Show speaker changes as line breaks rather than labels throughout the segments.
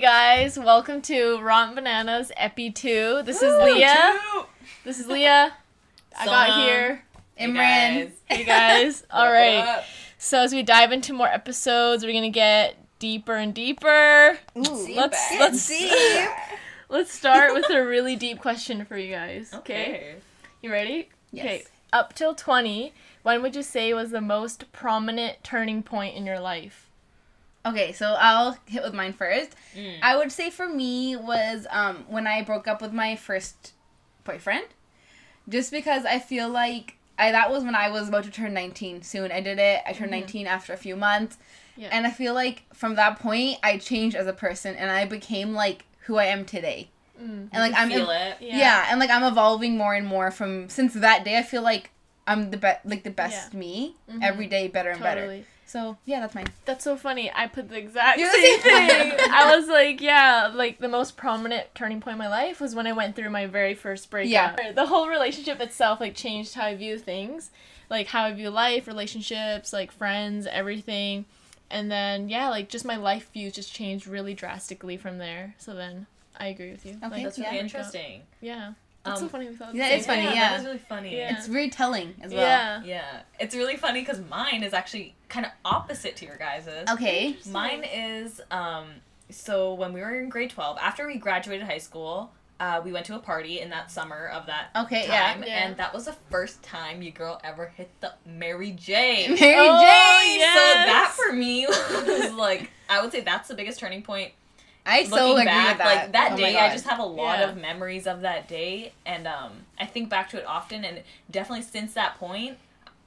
guys. Welcome to Romp Bananas Epi 2. This is Leah. This is Leah. I got
Sona.
here.
Imran.
Hey guys. All right. So as we dive into more episodes, we're going to get deeper and deeper. Let's let's
see.
let's start with a really deep question for you guys. Okay.
Okay.
You ready? Okay.
Yes.
Up till 20, when would you say was the most prominent turning point in your life?
Okay, so I'll hit with mine first.
Mm.
I would say for me was um, when I broke up with my first boyfriend, just because I feel like I that was when I was about to turn nineteen. Soon I did it. I turned nineteen after a few months,
Yeah.
and I feel like from that point I changed as a person and I became like who I am today.
Mm.
And like I'm
feel it.
yeah. and like I'm evolving more and more from since that day. I feel like I'm the best, like the best me
Mhm.
Mm, every day, better and better.
Totally.
So yeah, that's mine.
That's so funny. I put the exact
You're the
same
same
thing.
thing.
I was like, yeah, like the most prominent turning point in my life was when I went through my very first breakup. The whole relationship itself like changed how I view things, like how I view life, relationships, like friends, everything. And then yeah, like just my life views just changed really drastically from there. So then I agree with you.
Okay,
Like,
That's
Yeah.
really
breakup.
interesting.
Yeah. That's so
Um,
funny. We thought
yeah,
the
It's
same.
funny,
That
yeah.
is really funny.
Yeah.
It's very telling as well.
Yeah.
Yeah. It's really funny because mine is actually kind of opposite to your guys's.
Okay.
Mine is um so when we were in grade 12, after we graduated high school, uh, we went to a party in that summer of that
Okay.
time,
Yeah.
and that was the first time you girl ever hit the Mary J.
Yeah. Mary
Oh,
Jane.
yeah.
So
Yes.
that for me was like I would say that's the biggest turning point.
I so
Looking
agree
back,
with that.
like that
Oh my
day, I
God.
just have a lot
Yeah.
of memories of that day, and um, I think back to it often. And definitely since that point,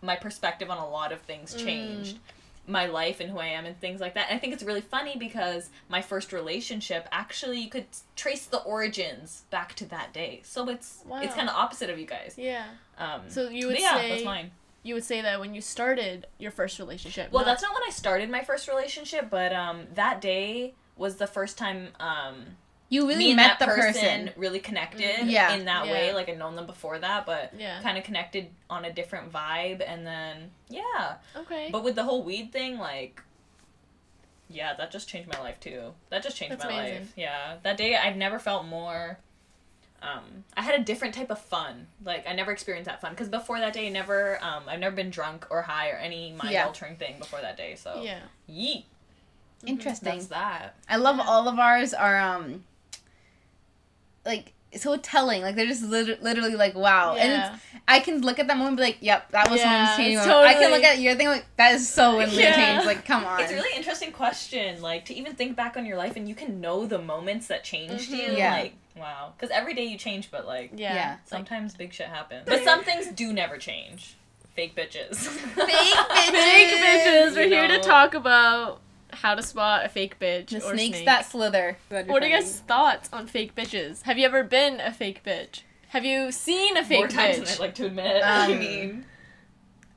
my perspective on a lot of things
Mm.
changed. My life and who I am and things like that. And I think it's really funny because my first relationship actually you could trace the origins back to that day. So it's
Wow.
it's kind of opposite of you guys.
Yeah.
Um,
So you
but
would
yeah,
say
that's mine.
you would say that when you started your first relationship.
Well,
not-
that's not when I started my first relationship, but um, that day was the first time um,
you
me
really
and
met
that
the person.
really connected
Mm. Yeah.
in that
Yeah.
way. Like I'd known them before that, but
Yeah.
kind of connected on a different vibe. And then yeah,
okay.
but with the whole weed thing, like yeah, that just changed my life too. That just changed
That's
my
amazing.
life. Yeah, that day I've never felt more. Um, I had a different type of fun. Like I never experienced that fun because before that day, I never, um, I've never been drunk or high or any mind
Yeah.
altering thing before that day.
Oh.
So
yeah.
yeet,
Interesting.
Mm-hmm. that's that.
I love
Yeah.
all of ours are um like so telling. Like they're just lit- literally like wow.
Yeah.
Oh, And it's, I can look at that moment and be like, yep, that was
Yeah,
someone's changing.
it's
moment. I can
totally-
look at your thing like that is so when
Yeah.
yeah. changed. Like come on.
It's a really interesting question, like to even think back on your life and you can know the moments that changed
Mhm.
you.
Yeah.
Like, wow. Because every day you change, but like
Yeah.
Yeah.
sometimes big shit happens. But some things do never change. Fake bitches. Fake
bitches.
Fake bitches. We're
You
here to
know.
talk about how to spot a fake bitch
the
or
snakes
snake.
that slither.
What are your guys' thoughts on fake bitches? Have you ever been a fake bitch? Have you seen a fake
More times than
bitch?
I'd like to admit.
Um,
I mean,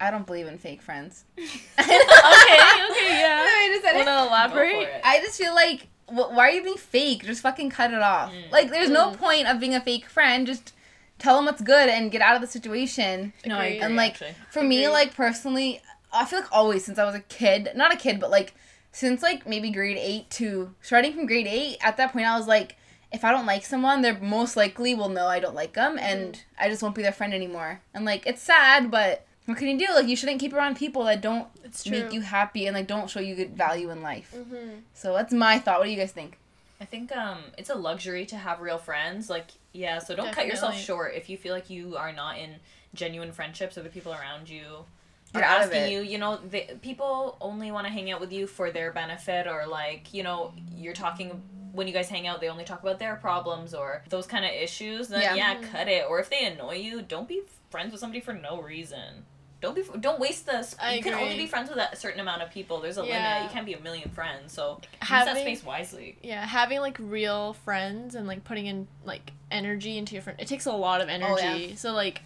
I don't believe in fake friends.
okay, okay, yeah.
Wait a second.
Want to
go for
elaborate?
it.
I just feel like, wh- why are you being fake? Just fucking cut it off.
Mm.
Like, there's no
Mm.
point of being a fake friend. Just tell them what's good and get out of the situation.
no, I
Agree.
agree,
And, like,
actually.
For
Agreed.
me, like, personally, I feel like always since I was a kid, not a kid, but like, since like maybe grade eight to starting from grade eight, at that point, I was like, if I don't like someone, they're most likely will know I don't like them and I just won't be their friend anymore. And, like, it's sad, but what can you do? Like, you shouldn't keep around people that don't
It's
make you happy and, like, don't show you good value in life.
mm-hmm.
So that's my thought. What do you guys think?
I think um it's a luxury to have real friends. Like yeah, so don't cut yourself
Definitely.
short if you feel like you are not in genuine friendships with the people around you.
Get
are
out of
asking
it.
you, you know, the, people only want to hang out with you for their benefit or like, you know, you're talking when you guys hang out, they only talk about their problems or those kind of issues. Then
Yeah.
yeah, cut it. Or if they annoy you, don't be friends with somebody for no reason. Don't be don't waste the sp-
I
you can only
agree.
be friends with a certain amount of people. There's a
Yeah.
limit. You can't be a million friends. So use that
Having
space wisely.
yeah, having like real friends and like putting in like energy into your friend. It takes a lot of energy. So like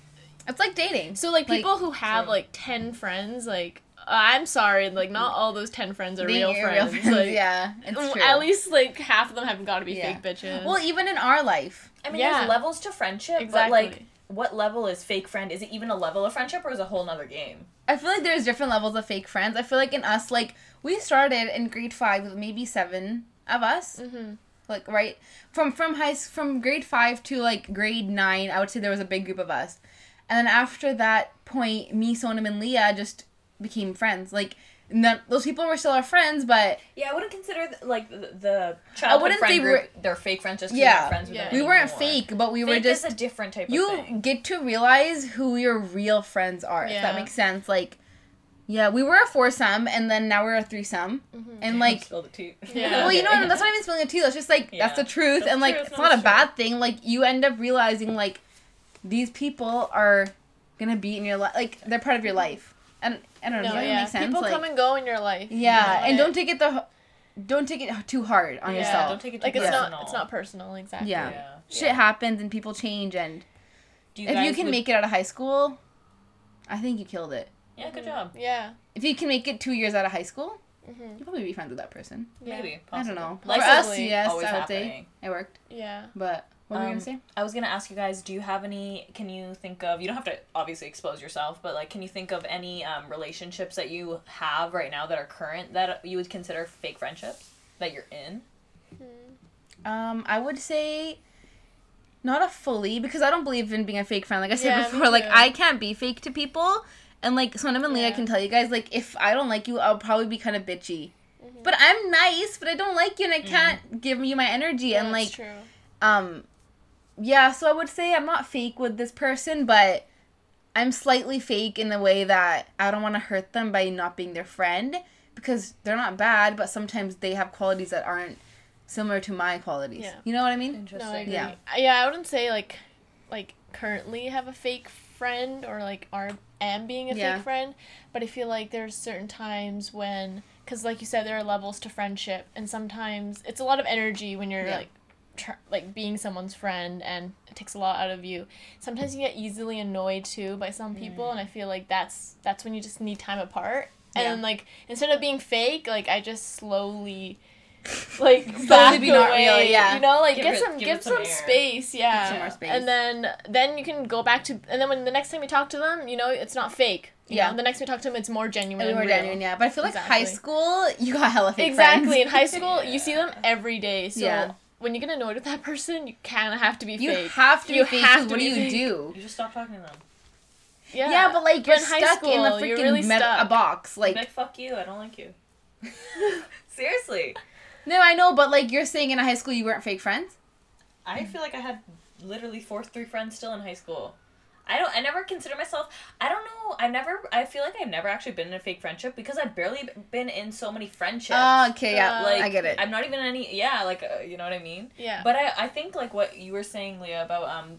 It's like dating.
so like
Oh, Like,
people who have
true.
like 10 friends like I'm sorry, like not all those 10 friends are
Mm. Being
real
your
friends. like,
yeah, it's
Mm,
true.
At least like half of them have got to be
Yeah.
fake bitches.
well, even in our life,
I mean,
Yeah.
there's levels to friendship,
exactly.
but like, what level is fake friend? Is it even a level of friendship, or is it a whole nother game?
I feel like there's different levels of fake friends. I feel like in us, like we started in grade five with maybe seven of us,
mm-hmm.
like right from from high s- from grade five to like grade nine i would say there was a big group of us and then after that point me sonam and leah just became friends like none, those people were still our friends but
Yeah, I wouldn't consider th- like the, the childhood
wouldn't
friend
say
group. They're fake friends just 'cause you're
Yeah.
not friends with
Yeah.
them
we weren't
anymore.
fake but we
Fake
were just
is a different type
you
of thing.
get to realize who your real friends are if that
Yeah.
makes sense like yeah we were a foursome and then now we're a threesome
Mm-hmm.
and like
Spill the tea.
Yeah.
well, you know,
Okay.
and that's not even spilling a tea. That's just like that's
Yeah.
the truth,
That's
and like
true,
it's not
that's
a bad thing. Like you end up realizing like these people are gonna be in your life. Like they're part of your life, and I don't know.
No,
does that
yeah.
make sense?
People
Like,
come and go in your life. you
yeah,
know,
and don't take it the, don't take it too hard on
Yeah,
yourself.
don't take it too
like it's
personal.
not it's not personal exactly.
Yeah.
Yeah.
Shit happens, and people change, and
Do
if you
guys
can
would-
make it out of high school, I think you killed it.
yeah, good job.
Yeah.
If you can make it two years out of high school,
Mhm.
you'll probably be friends with that person.
Yeah.
Maybe.
I don't know.
Life
For
is
us,
always-
yes, I would
always
say
happening.
it worked,
Yeah.
but. What were you
Um,
gonna say?
I was gonna ask you guys, do you have any? Can you think of? You don't have to obviously expose yourself, but like, can you think of any um, relationships that you have right now that are current that you would consider fake friendships that you're in?
Um, I would say not a fully because I don't believe in being a fake friend. Like I said
Yeah, me
before, like
too.
I can't be fake to people. And like Sonam and Leah
Yeah.
can tell you guys, like if I don't like you, I'll probably be kind of bitchy.
Mm-hmm.
But I'm nice, but I don't like you, and I can't give you my energy.
Yeah,
and
that's
like,
true.
um, yeah. So I would say I'm not fake with this person, but I'm slightly fake in the way that I don't want to hurt them by not being their friend because they're not bad, but sometimes they have qualities that aren't similar to my qualities.
Yeah.
You know what I mean?
No, I agree.
Yeah.
Yeah. yeah, I wouldn't say like like currently have a fake friend or like are am being a
Yeah.
fake friend, but I feel like there's certain times when cuz like you said there are levels to friendship and sometimes it's a lot of energy when you're
Yeah.
like tr- like being someone's friend and it takes a lot out of you. Sometimes you get easily annoyed too by some people and I feel like that's that's when you just need time apart.
Yeah.
And like instead of being fake, like I just slowly like
Slowly
back
be
away,
not real, yeah.
you know, like
Give
get
it-
some
give
give,
it some
some,
air.
space, yeah.
some more space.
And then then you can go back to and then when the next time you talk to them, you know, it's not fake. You
Yeah.
know? The next time you talk to them, it's more genuine.
And
and
we were
real.
genuine, yeah. But I feel like
Mm-hmm.
high
Exactly.
school, you got hella fake
Exactly.
friends.
In high school, you see them every day. So
Yeah.
when you get annoyed with that person, you kind of have to be
You
fake.
have to be
You
fake.
have
'cause
to
What do
be
you
fake.
do?
You just stop talking to them.
yeah.
Yeah, but like you're
in high
stuck in the
school, you're
freaking
really
met-
stuck.
a box.
Like,
Like
fuck you. I don't like you. Seriously,
no, I know, but like you're saying in high school you weren't fake friends.
I feel like I had literally four, three friends still in high school. I don't. I never consider myself. I don't know. I never. I feel like I've never actually been in a fake friendship because I've barely been in so many friendships.
Oh, okay, yeah,
Uh,
like
I get it.
I'm not even in any. Yeah, like uh, you know what I mean.
yeah.
But I, I think like what you were saying, Leah, about um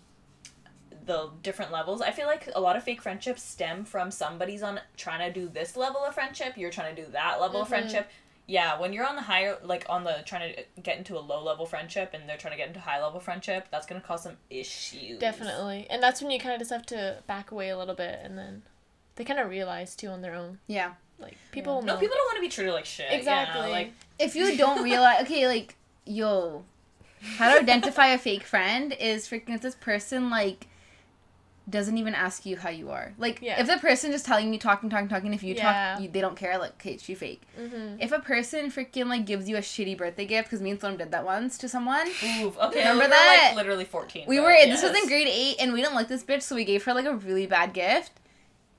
the different levels. I feel like a lot of fake friendships stem from somebody's on trying to do this level of friendship. You're trying to do that level
Mm-hmm.
of
Mhm.
friendship. Yeah, when you're on the higher, like on the trying to get into a low level friendship, and they're trying to get into high level friendship, that's gonna cause some issues.
Definitely. And that's when you kind of just have to back away a little bit and then they kind of realize too on their own.
yeah.
Like people will
No,
know.
people don't want to be treated like shit. yeah,
Exactly.
like
If you don't realize, okay, like yo, how to identify a fake friend is freaking if this person like doesn't even ask you how you are. Like
Yeah.
if the person just telling you talking, talking, talking, if you
Yeah.
talk, you, they don't care. Like okay, she fake.
Mm-hmm.
Mhm.
If a person freaking like gives you a shitty birthday gift, because me and Sloan did that once to someone.
ooh, okay.
Remember
we were,
that?
Like literally fourteen.
We
but
were
yes.
this was in grade eight, and we didn't like this bitch, so we gave her like a really bad gift.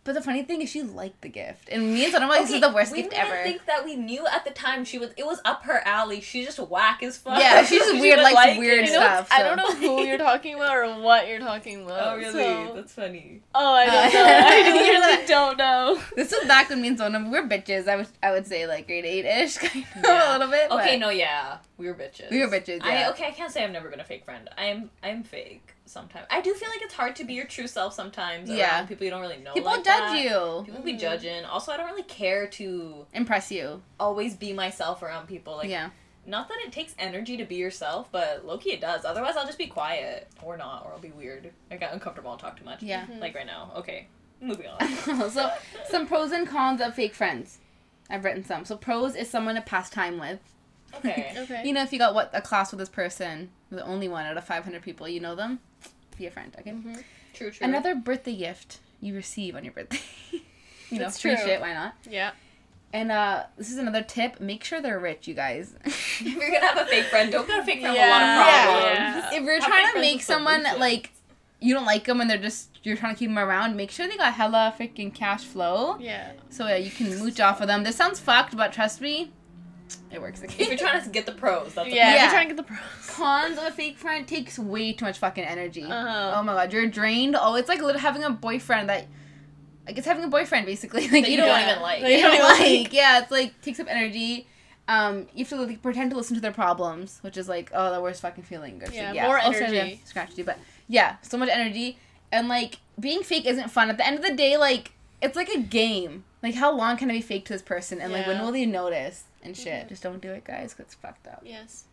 But the funny thing is, she liked the gift, and me and Sonoma like, this is
Okay,
the worst
we
gift
didn't
ever.
think that we knew at the time she was. It was up her alley. She's just whack as fuck.
Yeah, she's just weird,
would
likes weird
it.
You know,
stuff.
I don't know who you're talking about or what you're talking about.
Oh really?
so-
That's funny.
Oh, I don't know.
Uh,
I really don't know.
This was back when me and Sonoma we were bitches. I would I would say like grade eight ish, kind of a
Yeah.
little bit.
Okay,
but-
no, yeah, we were bitches.
We were bitches, yeah.
I, okay, I can't say I've never been a fake friend. I am. I'm fake sometimes. I do feel like it's hard to be your true self sometimes.
Yeah.
around people you don't really know.
people
like
judge
that.
you,
People be judging. Also, I don't really care to
impress you.
always be myself around people. Like,
yeah,
not that it takes energy to be yourself, but Loki it does. Otherwise, I'll just be quiet or not, or I'll be weird. I got uncomfortable. I'll talk too much.
yeah.
Hmm.
Like right now. Okay, moving on.
Hmm. so some pros and cons of fake friends. I've written some. So pros is someone to pass time with.
Okay.
Okay.
You know, if you got what a class with this person, the only one out of five hundred people, you know them, be a friend. Okay.
Mm-hmm.
True. True.
Another birthday gift you receive on your birthday. you know,
That's
free
true.
shit. Why not?
yeah.
And uh, this is another tip: make sure they're rich, you guys.
If you're gonna have a fake friend, don't get a fake friend
Yeah.
with a lot of
Yeah.
problems.
if you're
Have
trying
fake
to
friends
make
with
someone
solutions.
like you don't like them and they're just you're trying to keep them around, make sure they got hella freaking cash flow
Yeah.
so yeah, you can mooch off of them. This sounds fucked, but trust me, it works.
If you're trying to get the pros, that's
Yeah.
the
yeah.
Yeah.
We're trying to get the pros.
Cons of a fake friend takes way too much fucking energy.
Uh-huh.
Oh my god, you're drained. Oh, it's like lit- having a boyfriend that, like, it's having a boyfriend basically. Like
that
you
you
don't,
don't
wanna-
even like.
Like, you
you don't
don't
like. Yeah, it's like takes up energy. Um, you have to like pretend to listen to their problems, which is like oh the worst fucking feeling. Good
Yeah,
shit.
more
Also,
energy.
yeah, scratch you, but yeah, so much energy and like being fake isn't fun. At the end of the day, like it's like a game. Like how long can I be fake to this person, and like when
Yeah.
will they notice and shit?
Mhm.
Just don't do it, guys. 'cause it's fucked up.
Yes.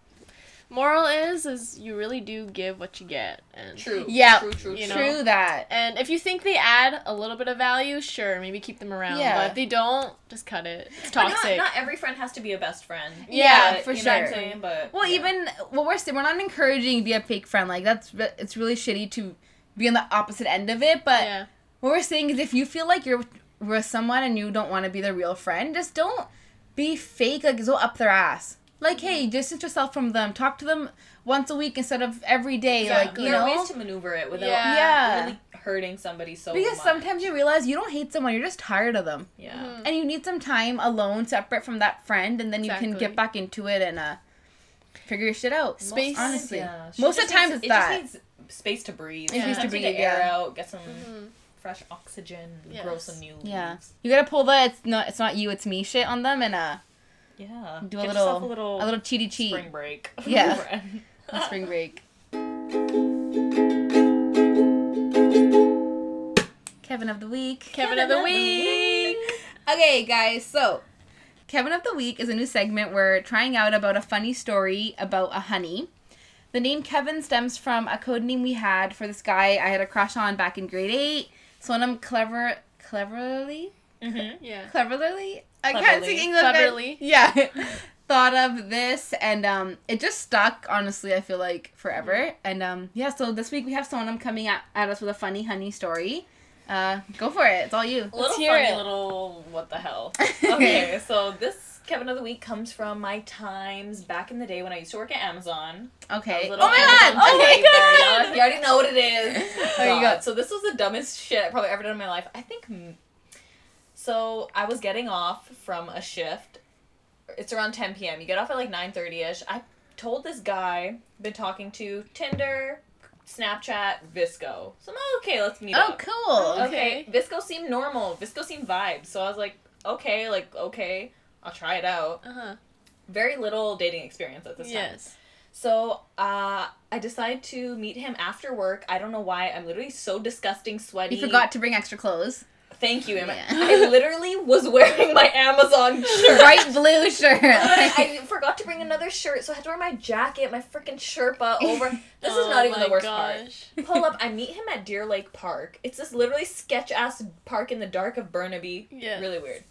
Moral is is you really do give what you get. And
True.
Yeah.
True. True.
You
true.
know?
True that.
And if you think they add a little bit of value, sure, maybe keep them around.
Yeah.
But if they don't, just cut it. It's
But not-
toxic.
Not, every friend has to be a best friend.
Yeah,
But
for
you know what I'm
sure.
saying? But
Well,
yeah.
even what we're saying, we're not encouraging be a fake friend. Like that's re- it's really shitty to be on the opposite end of it. But
yeah.
what we're saying is, if you feel like you're with someone and you don't want to be the real friend, just don't be fake. Like go up their ass. Like
Mm-hmm.
hey, distance yourself from them. Talk to them once a week instead of every day.
Yeah,
like you
there
know.
are ways to maneuver it without
Yeah.
Yeah.
really hurting somebody so
because
much.
sometimes you realize you don't hate someone, you're just tired of them.
yeah.
Mhm.
And you need some time alone, separate from that friend, and then you can
Exactly.
get back into it and uh, figure your shit out.
Space-
Most-
honestly.
yeah. She
Most of
just
the time
needs-
it's that.
It just needs space to breathe.
It
needs to
Sometimes you
breathe,
need air
yeah.
out, get some
Mhm.
fresh oxygen,
Yes.
grow some new
Yeah.
leaves.
You gotta pull the it's not it's not you it's me shit on them and uh
Yeah.
Do a
Get
little-
yourself a little
a little cheaty cheat
spring break.
Yeah.
Friend.
on spring break. Kevin of the week.
Kevin of the week.
Okay, guys. So, Kevin of the week is a new segment we're trying out about a funny story about a honey. The name Kevin stems from a code name we had for this guy I had a crush on back in grade eight. So when I'm clever, cleverly,
Mhm.
Yeah.
cleverly. I can't
Cleverly.
sing English. guys.
Cleverly.
Yeah. Thought of this and um it just stuck, honestly, I feel like
Mm-hmm.
forever. And um yeah, so this week we have Sonam coming at, at us with a funny honey story. Uh go for it. It's all you.
A little
hear
funny,
it.
little what the hell. Okay, so this Kevin of the week comes from my times back in the day when I used to work at Amazon.
Okay.
A
Oh
little
my god!
Amazon
Oh my
thing
god!
there, You already know what it is.
There you go.
God, So this was the dumbest shit I've probably ever done in my life. I think. mm, So I was getting off from a shift. It's around 10 p.m. You get off at like 9:30 ish. I told this guy been talking to Tinder, Snapchat, Visco. So I'm like, okay, let's meet
Oh
up.
cool.
Okay. Visco seemed normal. Visco seemed vibes. So I was like, okay, like okay, I'll try it out.
Uh huh.
Very little dating experience at this time.
Yes.
So uh, I decide to meet him after work. I don't know why. I'm literally so disgusting, sweaty.
You forgot to bring extra clothes.
Thank you. Emma.
Yeah.
I literally was wearing my Amazon shirt.
Bright blue shirt.
I forgot to bring another shirt, so I had to wear my jacket, my freaking Sherpa over. This is
Oh
not even
my
the worst part.
gosh.
Pull up, I meet him at Deer Lake Park. It's this literally sketch ass park in the dark of Burnaby.
Yes.
Really weird.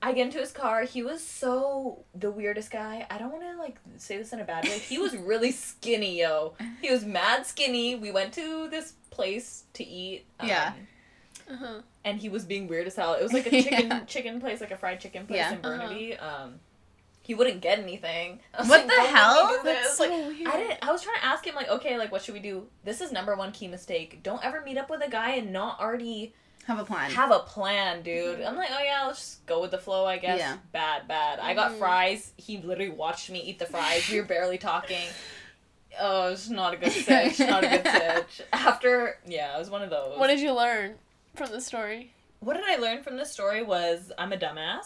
I get into his car. He was so the weirdest guy. I don't want to like say this in a bad way. He was really skinny, yo. He was mad skinny. We went to this place to eat. um,
Yeah.
Uh huh.
And he was being weird as hell. It was like a chicken
Yeah.
chicken place, like a fried chicken place
Yeah.
in
Uh-huh.
Burnaby. Um, he wouldn't get anything. I was
What
like,
the
"Why would we
hell?
do this?"
That's so
Like,
weird.
I didn't. I was trying to ask him like, okay, like what should we do? This is number one key mistake. Don't ever meet up with a guy and not already
have a plan.
have a plan, dude. I'm like, oh yeah, let's just go with the flow, I guess.
Yeah.
Bad, bad. I got
Mhm.
fries. He literally watched me eat the fries. We were barely talking. Oh, it's not a good sitch. Not a good sitch. After yeah, it was one of those.
What did you learn from the story?
what did I learn from this story was I'm a dumbass.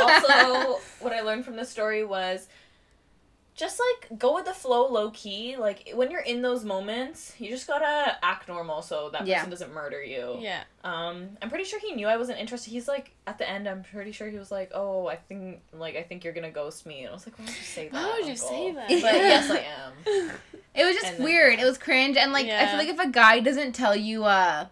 also, what I learned from this story was just like go with the flow low key. Like when you're in those moments, you just gotta act normal so that
Yeah.
person doesn't murder you.
Yeah.
Um, I'm pretty sure he knew I wasn't interested. He's like at the end, I'm pretty sure he was like, "Oh, I think like I think you're gonna ghost me," and I was like, "Why would you say that?
Why would you
uncle?"
say
But
that?
yes, I am.
It was just
And then-
weird. It was cringe, and like I
Yeah.
feel like if a guy doesn't tell you uh,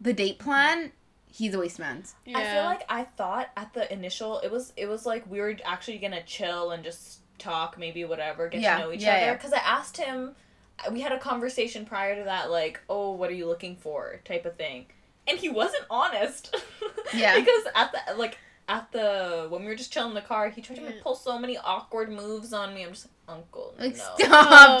the date plan, he's a waste man.
yeah.
I feel like I thought at the initial it was it was like we were actually gonna chill and just talk, maybe whatever, get
Yeah,
to know each
yeah,
other.
yeah.
Because I asked him, we had a conversation prior to that, like, oh, what are you looking for, type of thing, and he wasn't honest.
Yeah.
because at the like at the when we were just chilling in the car, he tried to
Yeah.
pull so many awkward moves on me. I'm just like, Uncle,
Mm. Like
no.
stop,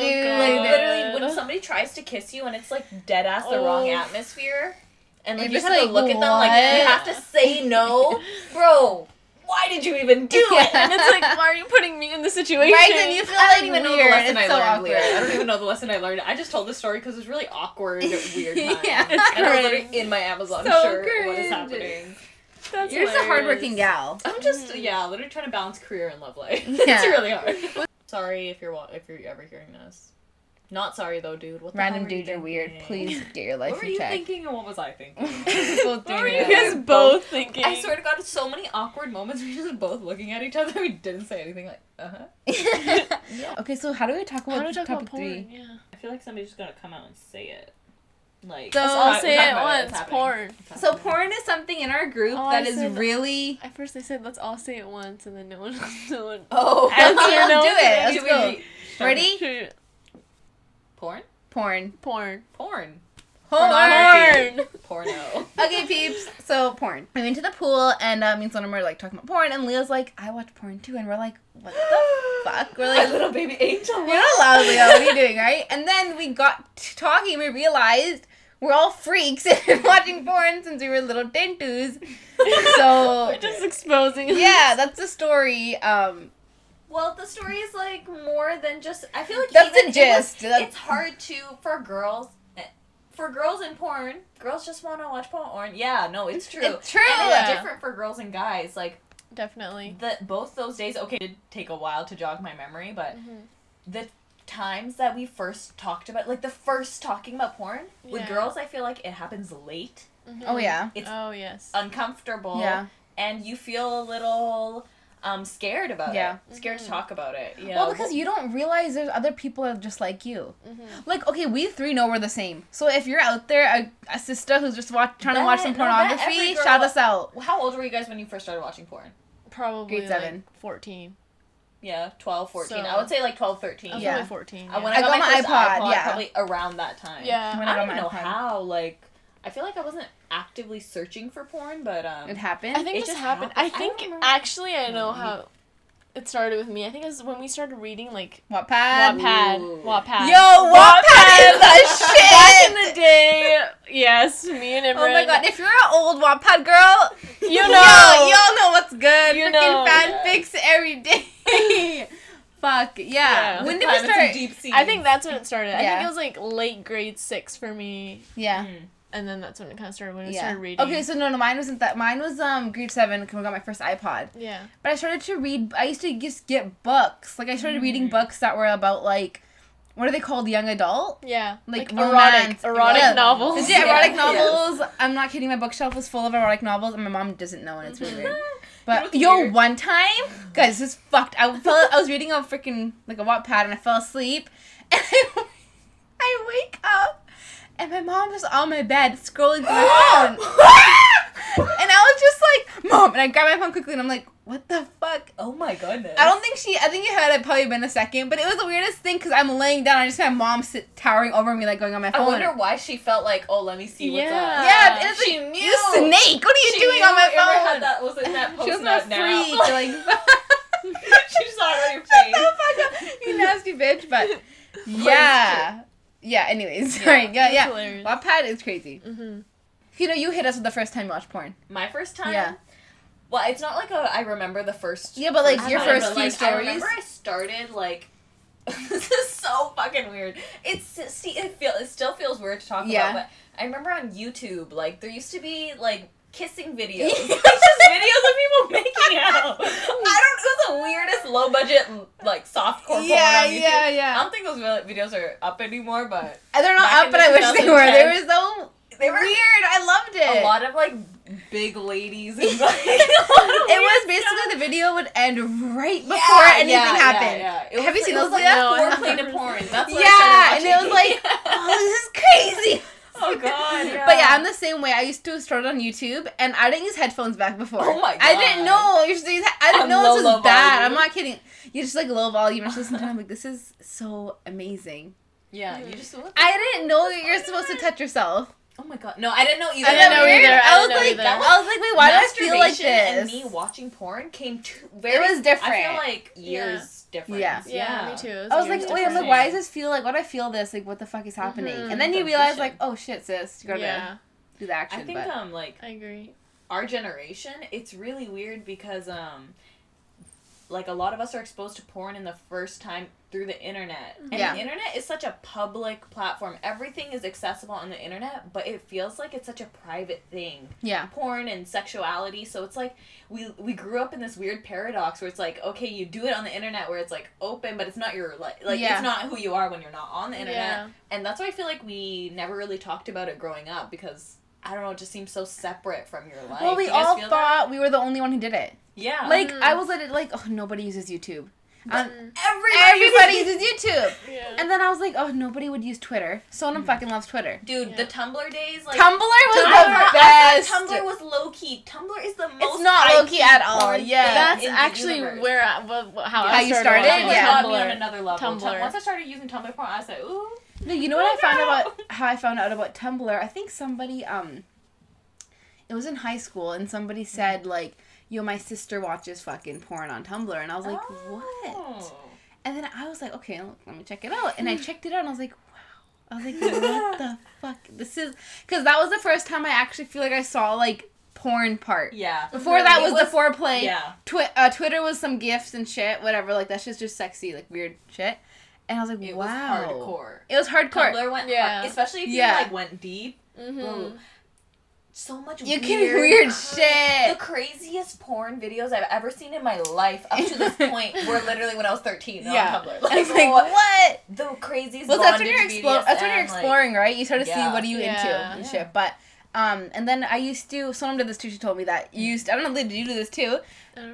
Oh,
dude.
God.
Like,
Literally,
Literally, when somebody tries to kiss you and it's like dead ass the wrong
Oh.
atmosphere, and like
You're
you just
just
have to
like,
look at them like you
"What?"
have to say no, bro. Why did you even do it?
and it's like, why are you putting me in this situation?
Right, then you feel
I
like
don't even know the
weird.
lesson
it's
I
so
learned.
awkward.
Leah. I don't even know the lesson I learned. I just told this story because it was really awkward, weird time.
Yeah.
and I was
Cringe.
literally in my Amazon
So
shirt. What is
cringe.
happening?
That's
You're just a hardworking
hilarious.
gal.
I'm just
Mm.
yeah, literally trying to balance career and love life.
Yeah.
it's really hard. Sorry if you're wa- if you're ever hearing this. Not sorry though, dude. What the hell
Random
were you
dudes are weird.
thinking?
Please get your life
What were
in
you
check.
thinking and what was I thinking?
Both
What
doing
were you
it.
guys
We're
both thinking?
I swear to God, so many awkward moments. We just both looking at each other. We didn't say anything. Like, uh huh.
okay, so how do we talk about
How do we talk
topic
about porn?
three?
Yeah.
I feel like somebody's just gonna come out and say it. Like,
So
it's
I'll
not-
say
talk
it
about
once.
It's happening.
porn.
It's
So
happening.
porn is something in our group
Oh,
that
I
is
said-
really.
At first, they said let's all say it once, and then no one, no one.
Oh,
I don't
Let's
even
all
know
do
what
it.
Should
Let's
we
go.
be-
Ready?
Porn?
Porn.
Porn.
Porn. Pornography.
Porn.
Porno.
Okay, peeps. So porn. I went to the pool, and uh, me and Sonam were like talking about porn, and Leah's like, "I watch porn too," and we're like, "What the fuck?" We're
My
like,
little baby angel.
You're not allowed, Leo. What are you doing, right? And then we got to talking. We realized we're all freaks and been watching porn since we were little tentus. So
We're just exposing.
yeah, that's the story. Um,
Well, the story is like more than just. I feel like
that's
even
the
it was-
gist. That's-
it's hard to for girls. For girls in porn, girls just want to watch porn. Yeah, no, it's true.
It's true.
And it's
Yeah.
different for girls and guys. Like
definitely.
the both those days. Okay, it did take a while to jog my memory, but
Mhm.
the times that we first talked about, like the first talking about porn with
Yeah.
girls, I feel like it happens late,
Mhm.
Oh yeah. Uh,
It's-
oh yes.
uncomfortable,
Yeah.
and you feel a little um scared about
Yeah.
it. Scared
Mhm.
to talk about it. Yeah.
Well, because you don't realize there's other people that are just like you.
Mhm.
Like, okay, we three know we're the same. So if you're out there, a, a sister who's just watch, trying to watch
Bet-
some
no, bet every
pornography,
girl-
shout us out.
How old were you guys when you first started watching porn?
Probably
Grade
like
seven.
fourteen.
Yeah, 12, 14.
So-
I would say like 12, 13.
I was
Yeah.
probably fourteen.
Uh, When
yeah.
I, got, my, first iPod, yeah. probably around that time.
Yeah.
When
I
I got
don't
my
even know
iPod.
how, like, I feel like I wasn't actively searching for porn, but, um,
It happened.
I think
It
it, just
just
happened.
happened.
I
I don't
think
remember.
actually I know
Mm.
how it started with me. I think it was when we started reading like
Wattpad.
Wattpad.
Ooh.
Wattpad.
Yo, Wattpad is the shit.
Back in the day, yes, me and Imran.
Oh my god, if you're an old Wattpad girl,
You
yo,
know.
y'all know what's good.
You
Freaking
know.
fanfics every day. Fuck, yeah.
Yeah.
When did we
Planets and
start?
Deep sea.
I think that's when it started. I
Yeah.
think it was like late grade six for me,
Hmm.
Yeah.
and then that's when it kind of started when I
Yeah.
started reading.
Okay, so no, no, mine wasn't that. Mine was um grade seven because I got my first iPod.
yeah.
But I started to read. I used to just get books. Like I started reading
Mm.
books that were about like, what are they called? Young adult.
Yeah.
Like romance.
erotic erotic
Yeah.
novels.
Legit erotic
Yes.
novels. I'm not kidding. My bookshelf was full of erotic novels, and my mom doesn't know, and it's really weird. But
You know
yo,
what's weird?
one time, guys, this is fucked. I fell. I was reading a freaking like a Wattpad, and I fell asleep, and I, I wake up, and my mom was on my bed scrolling through Oh my phone, and I was just like, "Mom!" And I grabbed my phone quickly, and I'm like, "What the fuck?"
Oh my goodness.
I don't think she. I think it had probably been a second, but it was the weirdest thing because I'm laying down. I just had mom sit towering over me, like going on my phone.
I wonder why she felt like, oh, let me see what's
Yeah.
up.
Yeah, it's
She
like,
knew.
you snake! What are you
She
doing
knew
on my
Amber Had
phone?
that, was in that post
she was my
not now.
freak. Like,
she saw it on your
shut the
face.
fuck up, you nasty bitch. But yeah, yeah. Anyways, sorry. Yeah, yeah. Wattpad is crazy.
Mm-hmm.
You know, you hit us with the first time you watched porn.
My first time.
Yeah.
Well, it's not like a I remember the first.
Yeah, but, like,
your
time,
first
but,
few
like, I
stories?
remember I started like. this is so fucking weird. It's see, it feel it still feels weird to talk
Yeah.
about, but I remember on YouTube like there used to be like kissing videos. it's just
Yeah.
videos of people making out. I don't know the weirdest low budget like softcore
Yeah,
porn on YouTube.
yeah,
I
yeah.
don't think those vi- videos are up anymore, but
Uh, They're not
Back
up,
in
but
the
I wish they were. They were
2010.
so
they were
weird. I loved it.
a lot of like big ladies and like a lot of
it
weird
was
stuff.
basically the video would end right before
Yeah,
anything
yeah, yeah,
happened.
yeah. It was
Have you
like-
seen
it was
those?
like
Yeah.
foreplay to porn. That's what
yeah,
I
and
started
it was
watching.
like, oh, this is crazy.
oh god, yeah.
But yeah, I'm the same way. I used to start on YouTube, and I didn't use headphones back before.
Oh my
I didn't
God.
know. I used to use. I didn't
On
know
low,
this
low
was bad.
volume.
I'm not kidding. You just like low volume. I'm just listening to it, I'm like, this is so amazing.
yeah, you just look.
I didn't know that you're supposed to touch yourself.
Oh my god. No, I didn't know either.
I didn't know
Weird.
either. I
I was
didn't know
like,
either.
that was- I was like, wait, why do I feel like
Masturbation
this?
and me watching porn came two very
was different.
I feel like years different.
Yeah.
Yeah, me too. It
I was
weird.
Yours
like, wait, I'm like,
different. Mm-hmm.
why does this feel like? Why do I feel this? Like, what the fuck is happening?
Mhm.
And then you
Don't
realize,
push
like,
it.
oh shit, sis, you gotta
yeah,
do the action.
I think
but-
um like
I agree.
our generation, it's really weird because um like a lot of us are exposed to porn in the first time through the internet. And
Yeah.
the internet is such a public platform. Everything is accessible on the internet, but it feels like it's such a private thing.
yeah,
porn and sexuality. So it's like we we grew up in this weird paradox where it's like okay, you do it on the internet where it's like open, but it's not your like like
Yeah.
it's not who you are when you're not on the internet.
Yeah.
And that's why I feel like we never really talked about it growing up because I don't know, it just seems so separate from your life.
well, we
You guys
all
feel
thought
that?
we were the only one who did it.
yeah,
Like,
Mhm.
I was at it, like, oh, nobody uses YouTube. Um,
Mm,
everybody,
everybody uses YouTube.
yeah.
And then I was like, oh, nobody would use Twitter. Someone fucking loves Twitter.
dude, the
Yeah.
Tumblr days Mm. like.
Tumblr was
I
the
thought- I
best.
thought Tumblr was low key. Tumblr is the most.
it's not low key
high-key
at all.
porn
Yeah.
thing
That's
in the
actually
universe.
where I, wha- wha- how
Yeah.
I
How you
started.
started?
watching
Tumblr
Yeah.
got me
Tumblr.
on another level. Tum-
Tumblr.
Once I started using Tumblr porn, I was like, ooh.
No, you know what I
Oh,
found
no.
about how I found out about Tumblr? I think somebody um it was in high school and somebody said like, "Yo, my sister watches fucking porn on Tumblr." And I was like,
Oh.
"What?" And then I was like, "Okay, l- let me check it out." And I checked it out and I was like, "Wow." I was like, "What the fuck? This is cuz that was the first time I actually feel like I saw like porn part.
Yeah.
Before that
It
was, the foreplay.
Yeah.
Twi- uh, Twitter was some gifts and shit, whatever. Like that's just just sexy, like weird shit. And I was like,
It
"Wow."
was
It was
hardcore.
hardcore.
Tumblr went
Yeah.
hard, especially if
Yeah.
you like went deep.
Mm-hmm.
Mhm.
So much
You
weird,
can weird
The
shit.
craziest porn videos I've ever seen in my life up to this point were literally when I was 13
Yeah.
on Tumblr.
I was
Like,
like,
what?
what?
The craziest
Well, that's when you're
bondage
exploring. That's when
BDSM,
you're
like-
exploring, right? You sort of see
Yeah.
what are you into
Yeah.
and
Yeah.
shit. But um, and then I used to. Someone did this too. She told me that
Mm.
you used. I don't know. Did you do this too?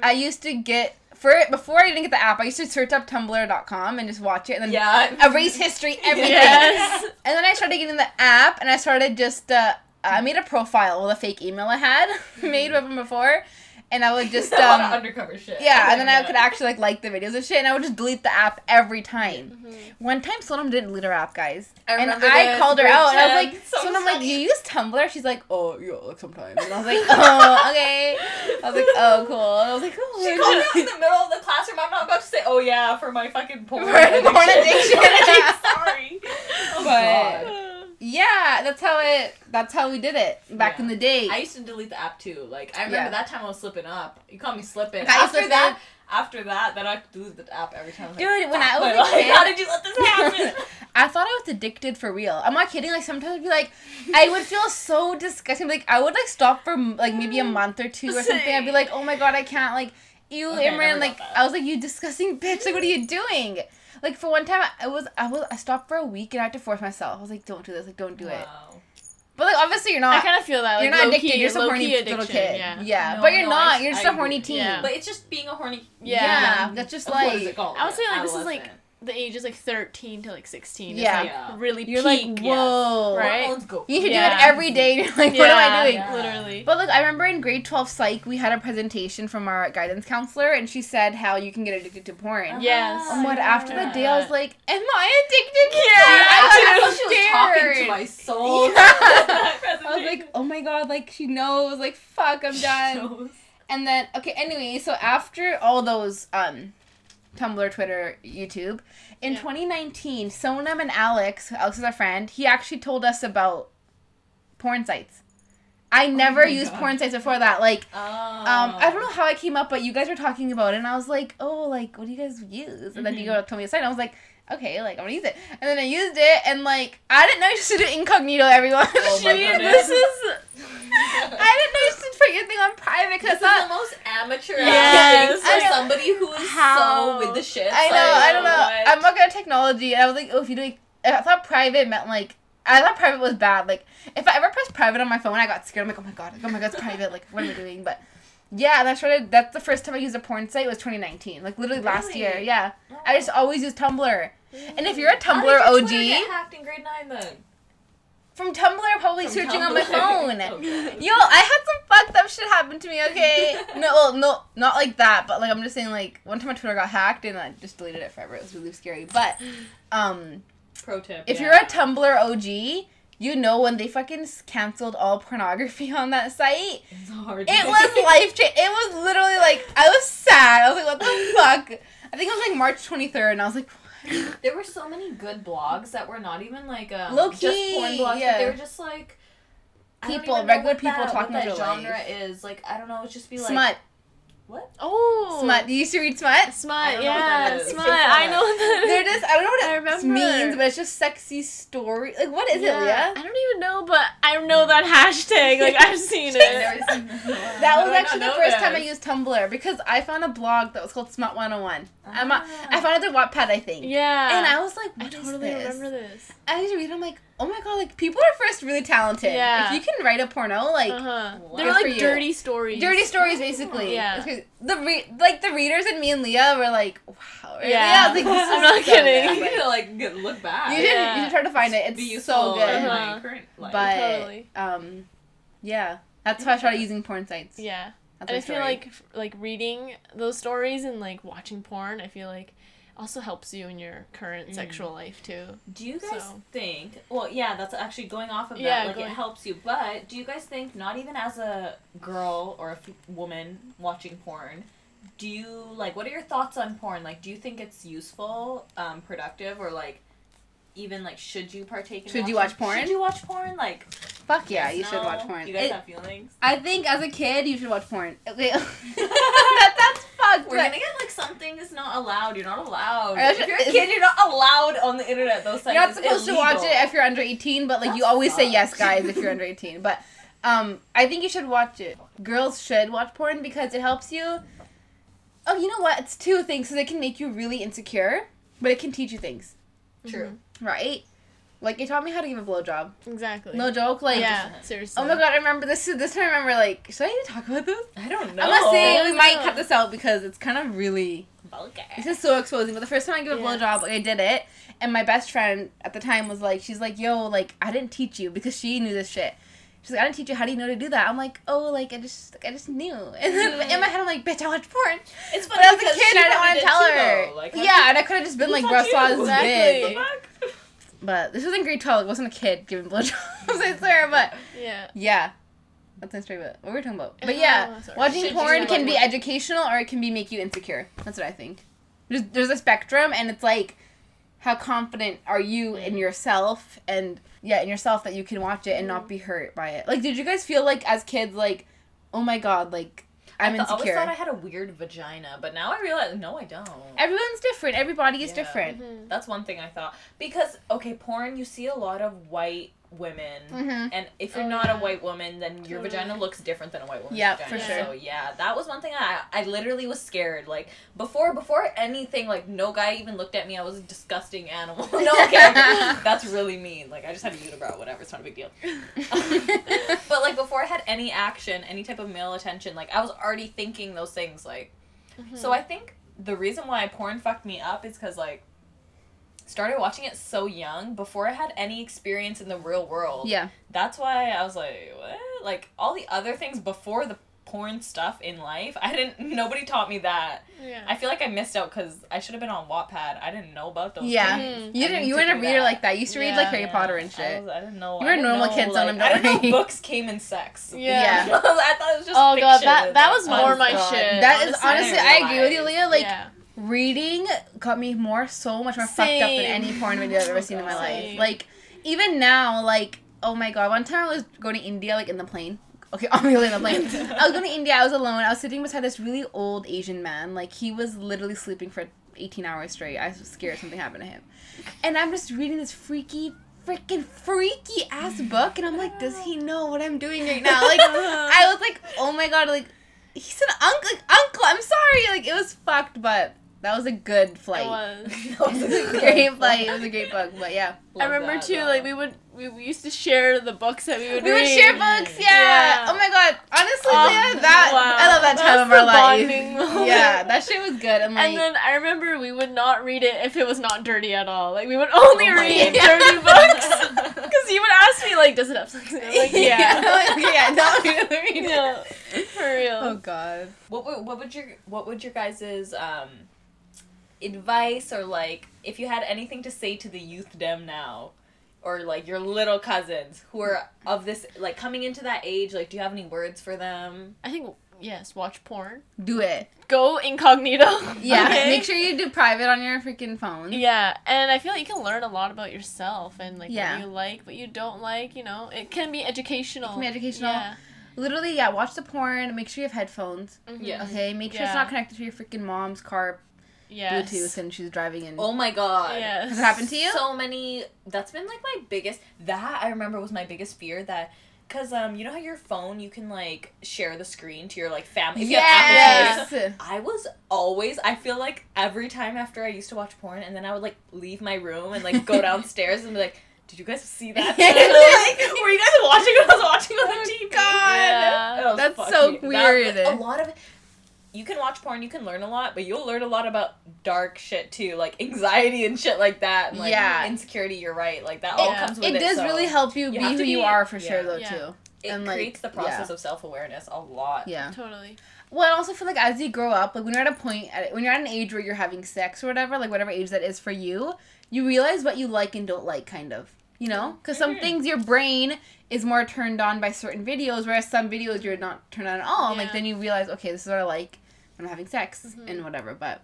I used to get for before I didn't get the app. I used to search up Tumblr.com and just watch it and then
yeah.
erase history, everything.
Yes.
And then I started getting the app, and I started just uh, I made a profile with a fake email I had made with them before, and I would just
a lot of
um,
undercover shit.
Yeah, and then I could actually like like the videos and shit, and I would just delete the app every time.
Mhm.
One time, Sonam didn't delete her app, guys,
I
and
remember
I
this,
called her
group
out, and I was
chat.
like,
So
Sonam, like
funny.
you use Tumblr? She's like, oh, yeah, like sometimes, and I was like, oh, okay. I was like, oh, cool. And I was like, oh,
She called me out in the middle of the classroom. I'm not about to say, oh yeah, for my fucking porn
For
addiction.
porn addiction.
Like, sorry. Oh,
But-
God.
yeah, that's how it. That's how we did it back
Yeah.
in the day.
I used to delete the app too. Like I remember
Yeah.
that time I was slipping up. You called me slipping.
I
after
slipped
that, after that, then I deleted the app every time. I was like,
Dude, when I
"Fuck
was
my
a
life,
kid-
how did you let this happen?
I thought I was addicted for real. I'm not kidding. Like sometimes I'd be like, I would feel so disgusting. Like I would like stop for like maybe a month or two or something. I'd be like, oh my god, I can't. Like, you,
Okay, I never
Imran.
got
Like
that.
I was like, you disgusting bitch. Like what are you doing? Like for one time, I was I was I stopped for a week and I had to force myself. I was like, don't do this. Like don't do it.
Wow.
But like obviously you're
I
not.
kind of feel that. Like,
you're not
low-key-
addicted. you're just a
low-key
horny little
addiction,
kid.
Yeah.
Yeah,
No,
but you're
no,
not.
I-
you're just
I
a horny
agree.
teen.
Yeah.
But it's just being a horny.
Yeah.
Yeah, that's just
what is
like-
it called?
I would say, like, this is, like,
Adolescent.
The age is like 13 to like 16.
Yeah.
It's,
Yeah.
like, really
You're
peak.
like,
yes.
whoa.
Right.
Hormones go.
You should
Yeah.
do it every day. You're like,
yeah,
what am I doing?
Yeah.
Literally.
But look, I remember in grade 12 psych, we had a presentation from our guidance counselor, and she said how you can get addicted to porn.
Yes.
Ah,
And what
I
after
remember
that day, I was
that.
like, am I addicted? Yeah.
I
I was
thought she was talking to
scared.
my soul.
Yeah. I
I
was like, oh my god, like she knows, like fuck, I'm done. And then okay, anyway, so after all those um Tumblr, Twitter, YouTube, in
Yeah.
2019, Sonam and Alex, Alex is our friend, he actually told us about porn sites. I never
Oh my
used
God.
porn sites before that. Like,
Oh.
um, I don't know how I came up, but you guys were talking about it, and I was like, oh, like, what do you guys use? And then you
Mhm.
go told me a site, and I was like, okay, like, I'm gonna use it. And then I used it, and like, I didn't know you should do incognito, everyone.
Oh my
Jeez,
goodness.
this is,
Oh.
I didn't know you should put your thing on private,
This
because
is
that.
the most amateur
Yes.
yes.
I
for
know.
somebody who is
How?
so with the shit.
I know,
like,
I don't know.
what?
I'm not good at technology. And I was like, oh, if you do, like, I thought private meant like, I thought private was bad. Like, if I ever pressed private on my phone, I got scared. I'm like, oh my god, like, oh my god, it's private. Like, what am I doing? But yeah, and I started. That's the first time I used a porn site was 2019. Like literally last
Really?
year. Yeah, I just always use Tumblr. And if you're a
How did
Tumblr
your
OG,
Twitter get hacked in grade nine then.
from Tumblr, probably
From
searching on my
Tumblr.
phone.
Okay.
Yo, I had some fucked up shit happen to me, okay? no, well, no, not like that, but like I'm just saying, like, one time my Twitter got hacked and I just deleted it forever. It was really scary. But, um,
Pro tip.
if
yeah.
you're a Tumblr OG, You know when they fucking s- canceled all pornography on that site?
It's a hard.
It was life changing. It was literally like I was sad. I was like, what the fuck? I think it was like March twenty third, and I was like,
There were so many good blogs that were not even like um,
Low
just porn
key,
blogs, but
yeah.
they were just like I don't
People,
even know
regular
what
people
that,
talking
what
about
that
their
genre
life.
is like I don't know. It's just be like
smut,
what
Oh,
smut. Do you used to read smut?
I
smut.
don't know what that
Yeah,
is.
smut. I know what that is.
They're just I don't know what it
I remember.
means, but it's just sexy story. Like what is it, Leah?
I don't even know, but I know that hashtag. Like I've seen it.
That
How
was
do I
actually the
not know
first time I
this?
used Tumblr because I found a blog that was called Smut 101. I'm a,
Ah.
I found it at Wattpad, I think.
Yeah.
And I was like,
I
what is
totally
this?
remember this.
I used to read it, I'm like, oh my god, like people are first really talented.
Yeah.
If you can write a porno, like
Uh huh.
Wow.
They're
Good for
like
you.
dirty stories.
dirty stories basically.
Yeah.
It's crazy. The re- like the readers and me and Leah were like, wow. really?
Yeah.
I was like, this
I'm
is
not
so
kidding.
I'm
good.
gonna like get- look back.
You should
Yeah.
you should try to find it.
Be
It's
useful
so
in
good.
Uh-huh.
my current life.
But
Totally.
um yeah. That's how I started using porn sites.
Yeah. And
That's my
I feel
story.
like f- like reading those stories and like watching porn. I feel like also helps you in your current
Mm.
sexual life too.
Do you guys
So-
think? Well, yeah, that's actually going off of that.
Yeah,
like
go
it
ahead.
helps you, but do you guys think not even as a girl or a f- woman watching porn? Do you like? What are your thoughts on porn? Like, do you think it's useful, um, productive, or like, even like, should you partake? in
Should you
watching-
watch porn?
Should you watch porn? Like,
Fuck yeah,
yes,
you
no?
should watch porn.
You guys
It-
have feelings.
I think as a kid you should watch porn. Okay, that, that's fucked.
We're
but-
gonna get like something is not allowed. You're not allowed.
I
If you're a
should-
kid, you're not allowed on the internet. Those sites.
you're not
It's
supposed
illegal.
to watch it if you're under 18, but like you
That's
always say
fucked.
yes, guys, if you're under 18. But um, I think you should watch it. Girls should watch porn because it helps you. Oh, you know what? It's two things. So it can make you really insecure, but it can teach you things,
True.
right? Like it taught me how to give a blowjob.
Exactly.
No joke. Like,
yeah. Seriously.
oh my god, I remember this. This time I remember like, should I even talk about this?
I don't know.
I'm not saying we
No.
might cut this out because it's kind of really
Vulgar.
This is so exposing. But the first time I gave a
Yeah.
blowjob, like I did it, and my best friend at the time was like, she's like, yo, like I didn't teach you because she knew this shit. She's like, I didn't teach you. How do you know to do that? I'm like, oh, like I just, like, I just knew. And then in my head, I'm like, bitch, I watch porn.
It's
But as a kid, I didn't want to tell her. yeah, and I could have just been like, bro, saw this
Exactly.
big. But this was in grade twelve. It wasn't a kid giving blowjobs. I swear. But
Yeah.
yeah. That's my story, but what were we talking about? But
Oh,
yeah,
sorry.
watching
Should you
porn
not
can be
watch-
educational or it can be make you insecure. That's what I think. There's, there's a spectrum, and it's like, how confident are you in yourself and yeah, in yourself that you can watch it and not be hurt by it? Like, did you guys feel like as kids, like, oh my god, like I'm
I always
insecure?
thought I had a weird vagina, but now I realize no, I don't.
Everyone's different. Every body is
Yeah.
different.
Mhm.
That's one thing I thought because okay, porn you see a lot of white women,
Mhm.
and if you're
Oh,
not
yeah.
a white woman, then your
Totally.
vagina looks different than a white woman's
Yeah,
vagina.
for sure.
So yeah, that was one thing I I literally was scared like before before anything like no guy even looked at me. I was a disgusting animal. no, okay, that's really mean. Like I just had a unibrow, whatever. It's not a big deal. but like before I had any action, any type of male attention, like I was already thinking those things. Like,
Mm-hmm.
so
Hmm.
I think the reason why porn fucked me up is because like started watching it so young before I had any experience in the real world.
yeah,
That's why I was like, what? Like all the other things before the porn stuff in life, I didn't. Nobody taught me that.
Yeah.
I feel like I missed out because I should have been on Wattpad. I didn't know about those.
yeah.
things.
Mm.
You
I
didn't.
need
You
to
weren't a
do
reader
that.
like that. You used to read like
Yeah.
Harry
Yeah,
Potter and
I,
shit.
was, I didn't know.
You were
I didn't
normal
know,
kids,
like,
don't worry.
I didn't know books came in sex.
Yeah.
I thought it was just.
Oh, God,
fiction
that-
at
that was
time.
more my
God.
shit.
That is honestly,
Honestly, I
I agree with you,
realized.
Leah. Like,
yeah.
reading got me more so much more fucked up than
Same.
any porn video I've ever seen in my life.
Same.
Like even now, like oh my god, one time I was going to India like in the plane. Okay, on really in the plane. I was going to India. I was alone. I was sitting beside this really old Asian man. Like he was literally sleeping for eighteen hours straight. I was scared something happened to him, and I'm just reading this freaky. Freaking freaky ass book, and I'm like, does he know what I'm doing right now? Like, I was like, oh my god, like, he's an uncle, like, uncle. I'm sorry, like, it was fucked, but that was a good flight.
It was.
That was a
It was a
good
great
book.
flight. It was a great book, but yeah.
I
Love
remember
that,
too,
though.
like we would we, we used to share the books that we would
We
read.
would share books, yeah.
Yeah.
Oh my god. Honestly,
Oh,
Leah, that
wow.
I love that
That's
time of our
the bonding
life.
moment.
Yeah, that shit was good. I'm like,
And then I remember we would not read it if it was not dirty at all. Like we would only
Oh my
read
God.
dirty books. Because you would ask me like, does it have sex? And I'm like, yeah.
like, yeah, not really.
yeah. For real.
Oh god.
What would what would your what would your guys's um advice or like if you had anything to say to the youthdom now? or like your little cousins who are of this like coming into that age like do you have any words for them
I think yes, watch porn.
Do it.
Go incognito.
Yeah.
okay?
Make sure you do private on your freaking phone.
Yeah, and I feel like you can learn a lot about yourself and like
Yeah.
what you like, what you don't like. You know, it can be educational.
be educational.
Yeah.
Literally, yeah. Watch the porn. Make sure you have headphones.
Mhm.
Yeah.
Okay. Make sure
Yeah.
it's not connected to your freaking mom's car
Yes.
Bluetooth and she's driving in.
oh my god
Yes.
Has it happened to you?
so many that's been like my biggest that i remember was my biggest fear that because um you know how your phone you can like share the screen to your like family if you have Apple TV or
yes.
I was always, I feel like every time after I used to watch porn, and then I would like leave my room and like go downstairs and be like, Did you guys see that? like, were you guys watching what I was watching on the TV?
God.
Yeah.
That was
That's
fucking-
so
that-
weird.
like, a lot of you can watch porn, you can learn a lot, but you'll learn a lot about dark shit too, like anxiety and shit like that. And, like,
Yeah.
Insecurity, you're right. Like that all
Yeah.
comes with
It
it.
does
so
really help you,
you
be
have
who
to
you
be-
are for sure
yeah.
though
Yeah.
too.
It
and, like,
creates the process of self awareness a lot.
Yeah.
Totally.
Well, I also feel like as you grow up, like when you're at a point, at, when you're at an age where you're having sex or whatever, like whatever age that is for you, you realize what you like and don't like, kind of. You know? Because some
Mhm.
things your brain is more turned on by certain videos, whereas some videos you're not turned on at all. and, Like
Yeah.
then you realize, okay, this is what I like when I'm having sex
Mm-hmm.
Mhm.
and whatever. But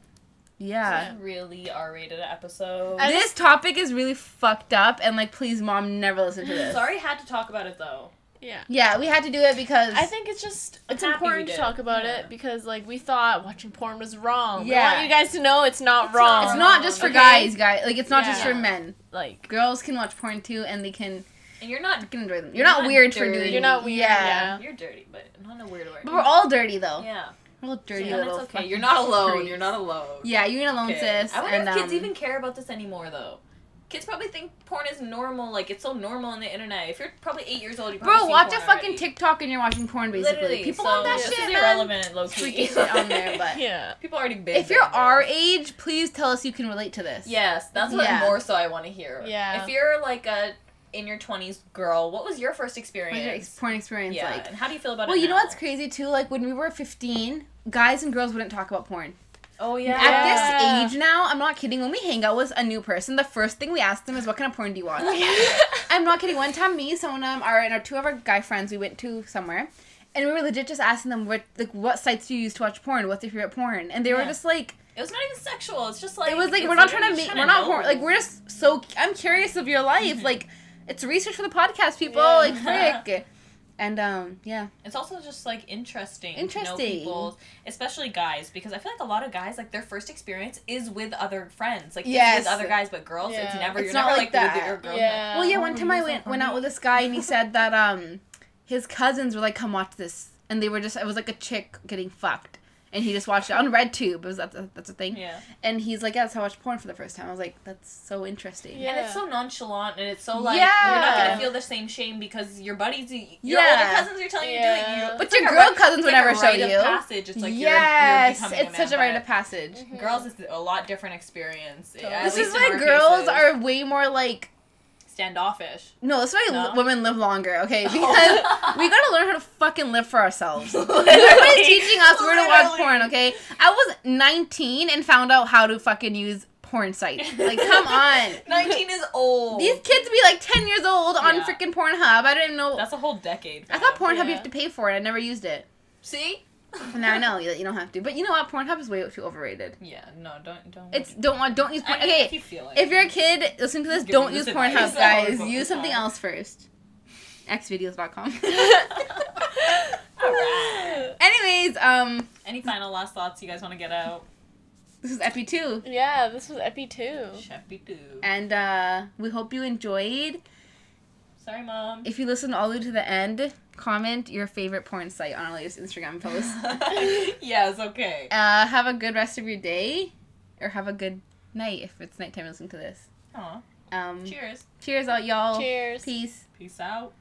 Yeah.
yeah.
Really R rated episode.
I
this topic is really fucked up, and like, please, mom, never listen to this.
Sorry, had to talk about it though.
Yeah.
Yeah, we had to do it because
I think it's just it's
happy
important
we
to
did.
talk about
Yeah.
it because like we thought watching porn was wrong. We
Yeah.
want you guys to know it's not
It's
wrong.
it's not just for
okay?
guys, guys. Like, it's not just
Yeah.
for men.
Like
Girls can watch porn too, and they can
And you're not
I can enjoy them.
You're
You're not,
not
weird for
dirty.
doing.
You're not weird,
Yeah.
yeah.
you're dirty, but not in a weird way.
But we're all dirty though.
yeah.
We're all dirty
Yeah, and
little.
it's okay.
fucking
You're not alone.
freaks.
You're not alone.
Yeah, you're not alone,
Okay.
sis.
I wonder
and,
if kids
um,
even care about this anymore though. Kids probably think porn is normal, like it's so normal on the internet. If you're probably eight years old, you probably
Bro,
see
watch a
porn
fucking
already.
TikTok and you're watching porn basically.
Literally,
People
so
want that
this
shit,
is
man.
irrelevant, low
Freaky shit on there, but
yeah.
people already big.
if you're our age, please tell us you can relate to this.
yes, that's what
Yeah.
more so I want to hear.
Yeah.
If you're like a in your twenties girl, what was your first
What
experience?
is your ex- porn experience
yeah,
like?
and how do you feel about
Well,
it?
you know
now?
what's crazy too? Like when we were 15, guys and girls wouldn't talk about porn.
Oh yeah.
At
Yeah.
this age now, I'm not kidding. When we hang out with a new person, the first thing we ask them is, "What kind of porn do you watch?" I'm not kidding. One time, me, someone, um, our and our two of our guy friends, we went to somewhere, and we were legit just asking them what like what sites do you use to watch porn? What's your favorite porn? And they were
Yeah.
just like,
It was not even sexual. It's just like
it was like
it's
we're not trying to
literally
make
just
we're
trying
not
to
porn
know.
like we're just so I'm curious of your life
Mhm.
like it's research for the podcast people
Yeah.
like frick. And um yeah,
It's also just like interesting. To know
Interesting.
people's, especially guys, because I feel like a lot of guys like their first experience is with other friends, like it's
Yes.
with other guys, but girls, it's
Yeah.
never
It's
you're
not
never
like
like,
that.
with your girl.
Yeah.
well yeah.
Uh,
Oh,
One time I
use
went
that
went
for
out
me.
with this guy and he said that um his cousins were like come watch this and they were just it was like a chick getting fucked and he just watched it on RedTube it was that's a, that's a thing
Yeah.
and he's like yeah that's how I watched porn for the first time I was like that's so interesting
Yeah.
And it's so nonchalant, and it's so like
Yeah.
you're not gonna feel the same shame because your buddies, your
Yeah.
older cousins, are telling you to do
Yeah.
it. You,
But
it's
your
like a
girl
rite-
cousins
it's
would
like a
never show
rite of
you.
Passage. It's like you're-
yes,
you're, becoming
it's such a rite of
man,
passage.
but Girls, it's a lot different experience. eh,
Totally.
at
This
least
is
in
why
our
girls
cases.
are way more like
standoffish.
no. This is why
No?
l- women live longer. Okay, because we gotta learn how to fucking live for ourselves. Nobody's
Literally.
teaching us where to watch
Literally.
porn. Okay, I was 19 and found out how to fucking use porn sites. Like, come on.
19 is old.
These kids be like 10 years old on
Yeah.
freaking Pornhub. I didn't know.
That's a whole decade.
I
man.
thought Pornhub you
yeah.
have to pay for it. I never used it.
See?
And now I know that you don't have to. But you know what? Pornhub is way too overrated.
Yeah, no, don't don't.
It's don't want don't use
I
porn.
mean,
Okay,
if you feel it.
If you're a kid listening to this,
Give
don't
me
use
this
Pornhub,
advice.
guys.
Don't
Use
use
something
Pornhub.
else first. Xvideos.com.
All right.
Anyways, um,
Any final last thoughts you guys want to get out?
this is Epi two,
Yeah, this was epi too.
Chefy do.
and uh, we hope you enjoyed.
Sorry, mom.
If you listened all the way to the end, comment your favorite porn site on our latest Instagram post.
yes, okay.
uh, have a good rest of your day, or have a good night if it's nighttime listening to this.
Aw,
Um, cheers,
cheers.
all y'all.
Cheers.
Peace.
Peace out.